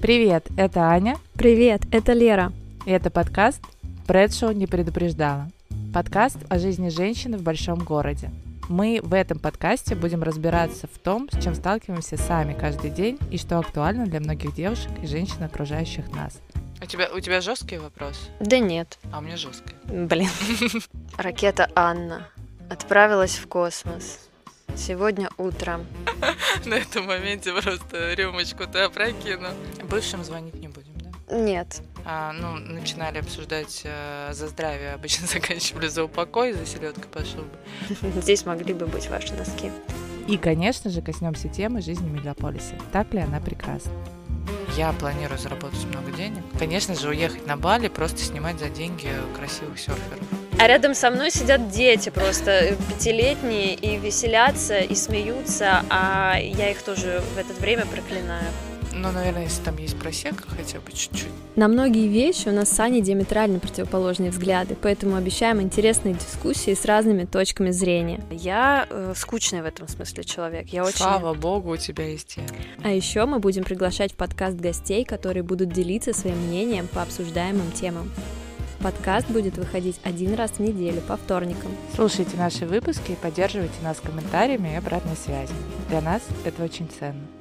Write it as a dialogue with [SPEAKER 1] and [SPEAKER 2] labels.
[SPEAKER 1] Привет, это Аня,
[SPEAKER 2] Привет, это Лера.
[SPEAKER 1] и это подкаст «Брэдшоу не предупреждала». Подкаст о жизни женщины в большом городе. Мы в этом подкасте будем разбираться в том, с чем сталкиваемся сами каждый день и что актуально для многих девушек и женщин, окружающих нас.
[SPEAKER 3] У А тебя, у тебя жесткий вопрос,
[SPEAKER 4] Да нет,
[SPEAKER 3] а у меня жесткий.
[SPEAKER 4] блин. Ракета Анна отправилась в космос. Сегодня утром.
[SPEAKER 3] На этом моменте просто рюмочку ты опрокину. Бывшим звонить не будем, да?
[SPEAKER 4] Нет.
[SPEAKER 3] А, ну, начинали обсуждать э, за здравие, обычно заканчивали за упокой, за селедкой пошел бы.
[SPEAKER 4] Здесь могли бы быть ваши носки.
[SPEAKER 1] И, конечно же, коснемся темы жизни в мегаполисе. Так ли она прекрасна?
[SPEAKER 3] Я планирую заработать много денег. Конечно же, уехать на Бали, просто снимать за деньги красивых серферов.
[SPEAKER 4] А рядом со мной сидят дети просто э, пятилетние и веселятся, и смеются, а я их тоже в это время проклинаю.
[SPEAKER 3] Ну, наверное, если там есть просека хотя бы чуть-чуть.
[SPEAKER 2] На многие вещи у нас с Аней диаметрально противоположные взгляды, поэтому обещаем интересные дискуссии с разными точками зрения.
[SPEAKER 4] Я э, скучный в этом смысле человек. Я очень...
[SPEAKER 3] Слава богу, у тебя есть я.
[SPEAKER 2] А еще мы будем приглашать в подкаст гостей, которые будут делиться своим мнением по обсуждаемым темам. Подкаст будет выходить один раз в неделю по вторникам.
[SPEAKER 1] Слушайте наши выпуски и поддерживайте нас комментариями и обратной связью. Для нас это очень ценно.